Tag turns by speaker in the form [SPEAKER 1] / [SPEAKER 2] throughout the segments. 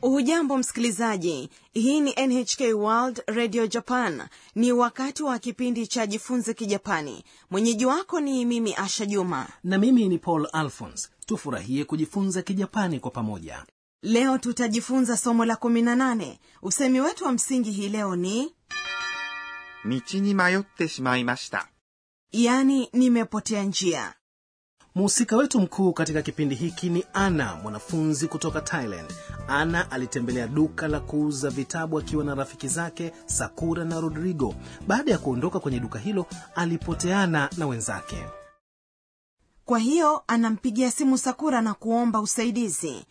[SPEAKER 1] hujambo msikilizaji hii ni nhk world radio japan ni wakati wa kipindi cha jifunze kijapani mwenyeji wako ni mimi asha juma
[SPEAKER 2] na mimi ni paul alphons tufurahie kujifunza kijapani kwa pamoja
[SPEAKER 1] leo tutajifunza somo la 18 usemi wetu wa msingi hii leo ni
[SPEAKER 3] 道に迷ってしまいました。
[SPEAKER 1] yani nimepotea njia
[SPEAKER 2] mhusika wetu mkuu katika kipindi hiki ni ana mwanafunzi kutoka thailand ana alitembelea duka la kuuza vitabu akiwa na rafiki zake sakura na rodrigo baada ya kuondoka kwenye duka hilo alipoteana na wenzake
[SPEAKER 1] kwa hiyo anampigia simu sakura na kuomba usaidizi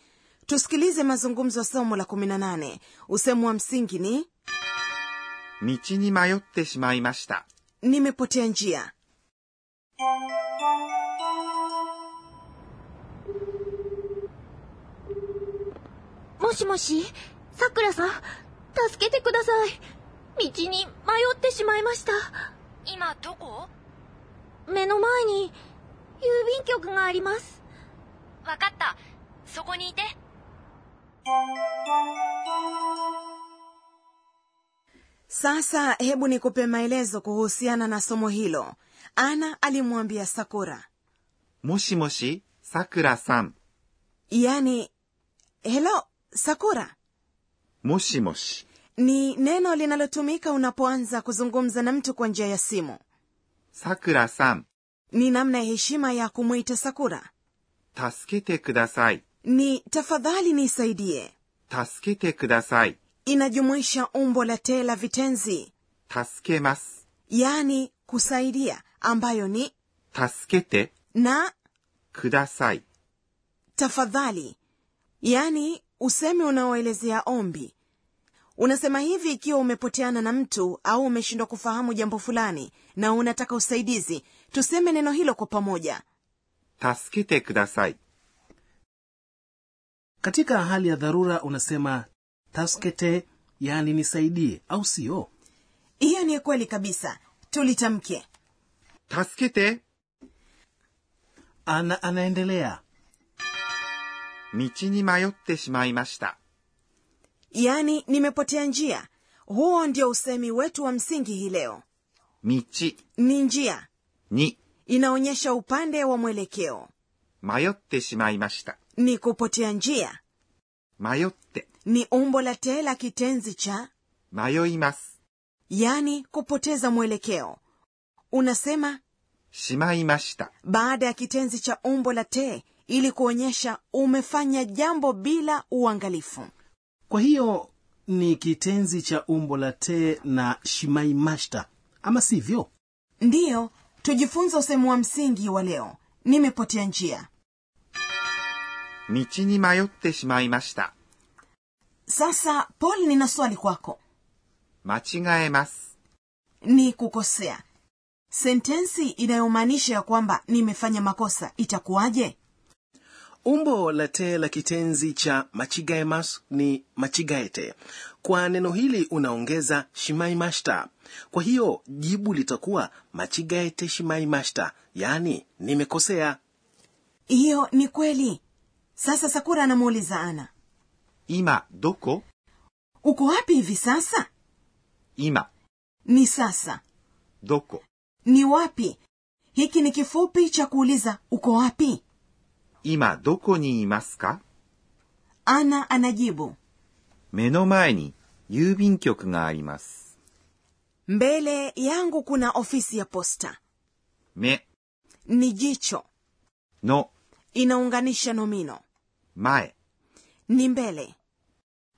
[SPEAKER 1] tusikilize mazungumzo ya somo la 18 usemu wa msingi ni
[SPEAKER 3] 道に迷ってしまいました。
[SPEAKER 1] nimepotea njia
[SPEAKER 4] もしもし、さくらさん、助けてください。道に迷ってしまいました。今どこ目の前に、郵便局があります。わかった。そこにいて。
[SPEAKER 1] sasa hebu nikupe maelezo kuhusiana na somo hilo ana alimwambia sakura
[SPEAKER 3] もしもし、さくらさん。
[SPEAKER 1] yani helo Yaani, sakura
[SPEAKER 3] もしもし、
[SPEAKER 1] ni neno linalotumika unapoanza kuzungumza na mtu kwa njia ya simu
[SPEAKER 3] さくらさん、
[SPEAKER 1] ni namna ya heshima ya kumwita sakura
[SPEAKER 3] 助けてください。
[SPEAKER 1] ni tafadhali nisaidie
[SPEAKER 3] 助けてください。
[SPEAKER 1] inajumuisha umbo la te la vitenzi
[SPEAKER 3] 助けます。
[SPEAKER 1] yani kusaidia ambayo ni
[SPEAKER 3] 助けて
[SPEAKER 1] na
[SPEAKER 3] ください。
[SPEAKER 1] tafadhali yani usemi unaoelezea ombi unasema hivi ikiwa umepoteana na mtu au umeshindwa kufahamu jambo fulani na unataka usaidizi tuseme neno hilo kwa pamoja
[SPEAKER 3] 助けてください。
[SPEAKER 2] katika hali ya dharura unasema taskete yani nisaidie au sio
[SPEAKER 1] hiyo ni kweli kabisa tulitamke
[SPEAKER 3] 助けて
[SPEAKER 2] ana anaendelea
[SPEAKER 3] 道に迷ってしまいました。
[SPEAKER 1] yaani nimepotea njia huo ndio usemi wetu wa msingi hii leo
[SPEAKER 3] 道
[SPEAKER 1] ni njia
[SPEAKER 3] に
[SPEAKER 1] inaonyesha upande wa mwelekeo
[SPEAKER 3] 迷ってしまいました。
[SPEAKER 1] ni kupotea njia
[SPEAKER 3] 迷って、
[SPEAKER 1] ni umbo la te la kitenzi cha
[SPEAKER 3] 迷います。
[SPEAKER 1] yani yaani kupoteza mwelekeo unasema
[SPEAKER 3] しまいました。
[SPEAKER 1] baada ya kitenzi cha umbo la te ili kuonyesha umefanya jambo bila uangalifu
[SPEAKER 2] kwa hiyo ni kitenzi cha umbo la te na shimaimashta ama sivyo
[SPEAKER 1] ndiyo tujifunze usemu wa msingi wa leo nimepotea njia
[SPEAKER 3] 道に迷ってしまいました。
[SPEAKER 1] sasa paul nina swali kwako
[SPEAKER 3] 間違えます。
[SPEAKER 1] ni kukosea sentensi inayomaanisha ya kwamba nimefanya makosa itakuwaje
[SPEAKER 2] umbo la te la kitenzi cha machigaemas ni machigaete kwa neno hili unaongeza shimaimashta kwa hiyo jibu litakuwa machigaete shimaimashta yaani nimekosea
[SPEAKER 1] hiyo ni kweli sasa sakura anamuuliza ana
[SPEAKER 3] 今、どこ
[SPEAKER 1] uko wapi hivi sasa
[SPEAKER 3] 今、
[SPEAKER 1] ni sasa
[SPEAKER 3] どこ
[SPEAKER 1] ni wapi hiki ni kifupi cha kuuliza uko wapi
[SPEAKER 3] 今どこにいますか
[SPEAKER 1] ana anajibu
[SPEAKER 3] 目の前に郵便局があります。
[SPEAKER 1] mbele yangu kuna ofisi ya posta
[SPEAKER 3] 目
[SPEAKER 1] ni jicho
[SPEAKER 3] の
[SPEAKER 1] inaunganisha nomino
[SPEAKER 3] 前、
[SPEAKER 1] ni mbele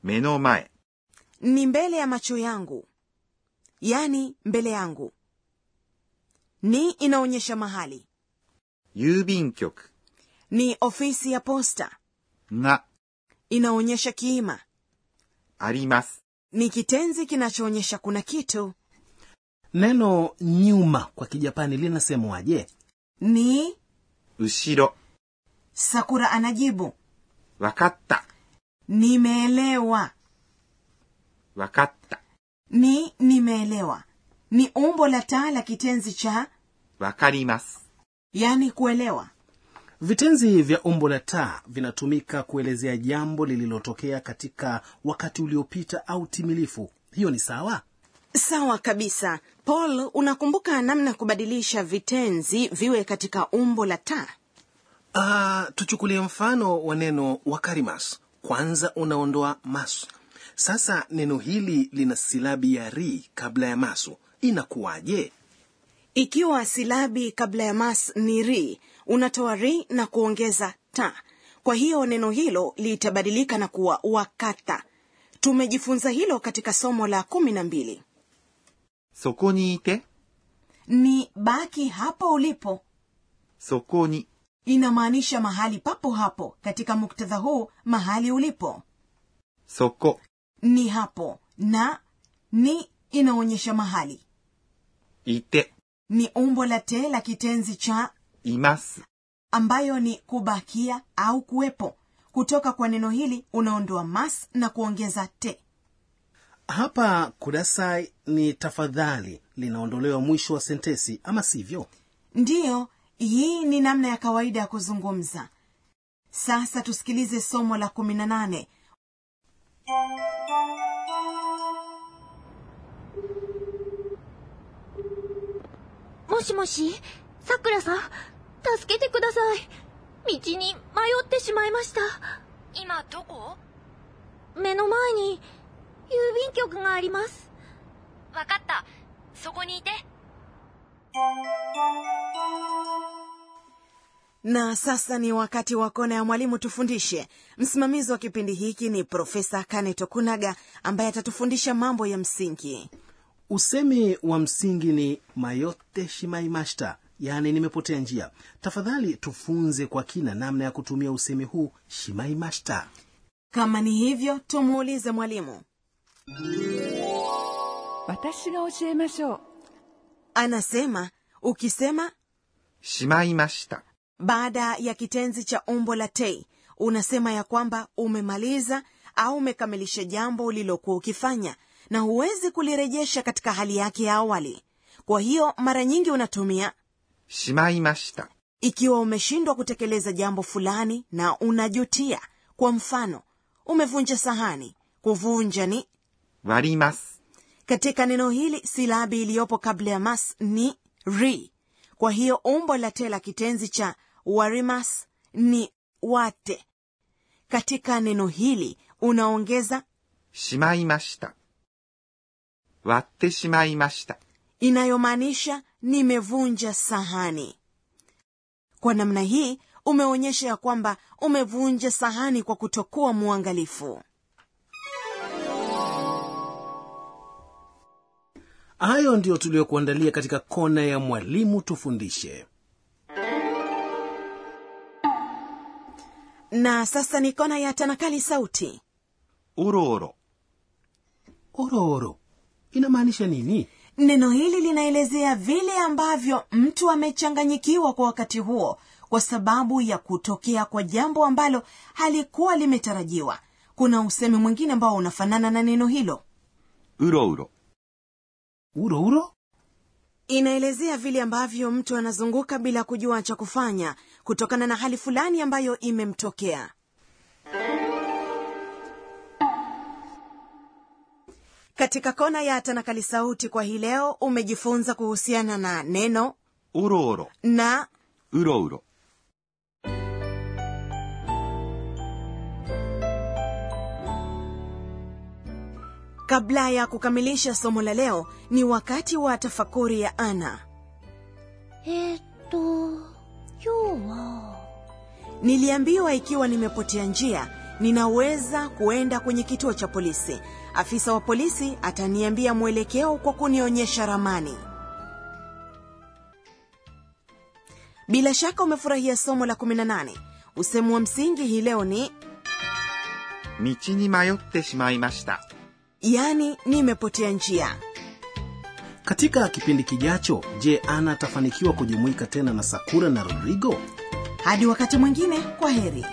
[SPEAKER 3] 目の前、
[SPEAKER 1] ni mbele ya macho yangu yani mbele yangu ni inaonyesha mahali
[SPEAKER 3] 郵便局
[SPEAKER 1] ni ofisi ya posta
[SPEAKER 3] が
[SPEAKER 1] inaonyesha kiima
[SPEAKER 3] あります。
[SPEAKER 1] ni kitenzi kinachoonyesha kuna kitu
[SPEAKER 2] neno nyuma kwa kijapani linasemwaje
[SPEAKER 1] ni
[SPEAKER 3] 後ろ、
[SPEAKER 1] sakura anajibu
[SPEAKER 3] わかった、
[SPEAKER 1] nimeelewa
[SPEAKER 3] わかった、
[SPEAKER 1] ni nimeelewa ni umbo la taa la kitenzi cha
[SPEAKER 3] わかります。
[SPEAKER 1] yani kuelewa
[SPEAKER 2] Vitenzi vya umbo la ta vinatumika kuelezea jambo lililotokea katika wakati uliopita au timilifu. Hiyo ni sawa?
[SPEAKER 1] sawa kabisa paul unakumbuka namna kubadilisha vitenzi viwe katika umbo la ta
[SPEAKER 2] Ah, tuchukulie mfano wa neno wakarimas. Kwanza unaondoa masu. Sasa neno hili lina silabi ya ri kabla ya masu, inakuwaje?
[SPEAKER 1] ikiwa silabi kabla ya mas ni ri unatoa ri na kuongeza ta kwa hiyo neno hilo litabadilika na kuwa wakata tumejifunza hilo katika somo la kumi na mbili
[SPEAKER 3] そこにいて、
[SPEAKER 1] ni baki hapo ulipo
[SPEAKER 3] そこに、
[SPEAKER 1] inamaanisha mahali papo hapo katika muktadha huu mahali ulipo
[SPEAKER 3] そこ、
[SPEAKER 1] ni hapo na ni inaonyesha mahali
[SPEAKER 3] いて、
[SPEAKER 1] ni umbo la te la kitenzi cha
[SPEAKER 3] います。
[SPEAKER 1] ambayo ni kubakia au kuwepo kutoka kwa neno hili unaondoa mas na kuongeza te
[SPEAKER 2] Hapa kudasai ni tafadhali, linaondolewa mwisho wa sentesi, ama sivyo?
[SPEAKER 1] ndiyo hii ni namna ya kawaida ya kuzungumza sasa tusikilize somo la 18
[SPEAKER 4] もしもし、さくらさん、助けてください。道に迷ってしまいました。今どこ目の前に郵便局があります。わかった。そこにいて。
[SPEAKER 1] na sasa ni wakati wa kona ya mwalimu tufundishe msimamizi wa kipindi hiki ni profesa kane tokunaga ambaye atatufundisha mambo ya msingi
[SPEAKER 2] Usemi wa msingi ni mayote shimaimashita, yaani nimepotea njia. Tafadhali tufunze kwa kina namna ya kutumia usemi huu shimaimashita.
[SPEAKER 1] kama ni hivyo tumuulize mwalimu
[SPEAKER 5] 私が教えましょう
[SPEAKER 1] anasema ukisema
[SPEAKER 3] しまいました。
[SPEAKER 1] baada ya kitenzi cha umbo la tei unasema ya kwamba umemaliza au umekamilisha jambo ulilokuwa ukifanya na huwezi kulirejesha katika hali yake ya awali kwa hiyo mara nyingi unatumia
[SPEAKER 3] しまいました。
[SPEAKER 1] ikiwa umeshindwa kutekeleza jambo fulani na unajutia kwa mfano umevunja sahani kuvunja ni
[SPEAKER 3] 割ります。
[SPEAKER 1] katika neno hili silabi iliyopo kabla ya mas ni ri kwa hiyo umbo la te la kitenzi cha warimas ni wate katika neno hili unaongeza
[SPEAKER 3] しまいました。割ってしまいました。
[SPEAKER 1] inayomaanisha nimevunja sahani kwa namna hii umeonyesha ya kwamba umevunja sahani kwa kutokuwa mwangalifu
[SPEAKER 2] Hayo ndiyo tuliyokuandalia katika kona ya mwalimu tufundishe.
[SPEAKER 1] na sasa ni kona ya tanakali sauti
[SPEAKER 3] おろおろ、
[SPEAKER 2] Ororo inamaanisha nini?
[SPEAKER 1] neno hili linaelezea vile ambavyo mtu amechanganyikiwa kwa wakati huo kwa sababu ya kutokea kwa jambo ambalo halikuwa limetarajiwa kuna usemi mwingine ambao unafanana na neno hilo
[SPEAKER 3] うろうろ、
[SPEAKER 2] Uro uro
[SPEAKER 1] inaelezea vile ambavyo mtu anazunguka bila kujua cha kufanya kutokana na hali fulani ambayo imemtokea katika kona ya tanakali sauti kwa hii leo umejifunza kuhusiana na neno
[SPEAKER 3] おろおろ、
[SPEAKER 1] na
[SPEAKER 3] うろうろ。
[SPEAKER 1] kabla ya kukamilisha somo la leo ni wakati wa tafakuri ya ana
[SPEAKER 4] えー、っと、今日は、
[SPEAKER 1] niliambiwa ikiwa nimepotea njia ninaweza kuenda kwenye kituo cha polisi afisa wa polisi ataniambia mwelekeo kwa kunionyesha ramani bila shaka umefurahia somo la 18 usemu wa msingi hii leo ni
[SPEAKER 3] 道に迷ってしまいました。
[SPEAKER 1] yani nimepotea njia
[SPEAKER 2] katika kipindi kijacho. Je, Ana atafanikiwa kujumuika tena na Sakura na Rodrigo?
[SPEAKER 1] hadi wakati mwingine kwa heri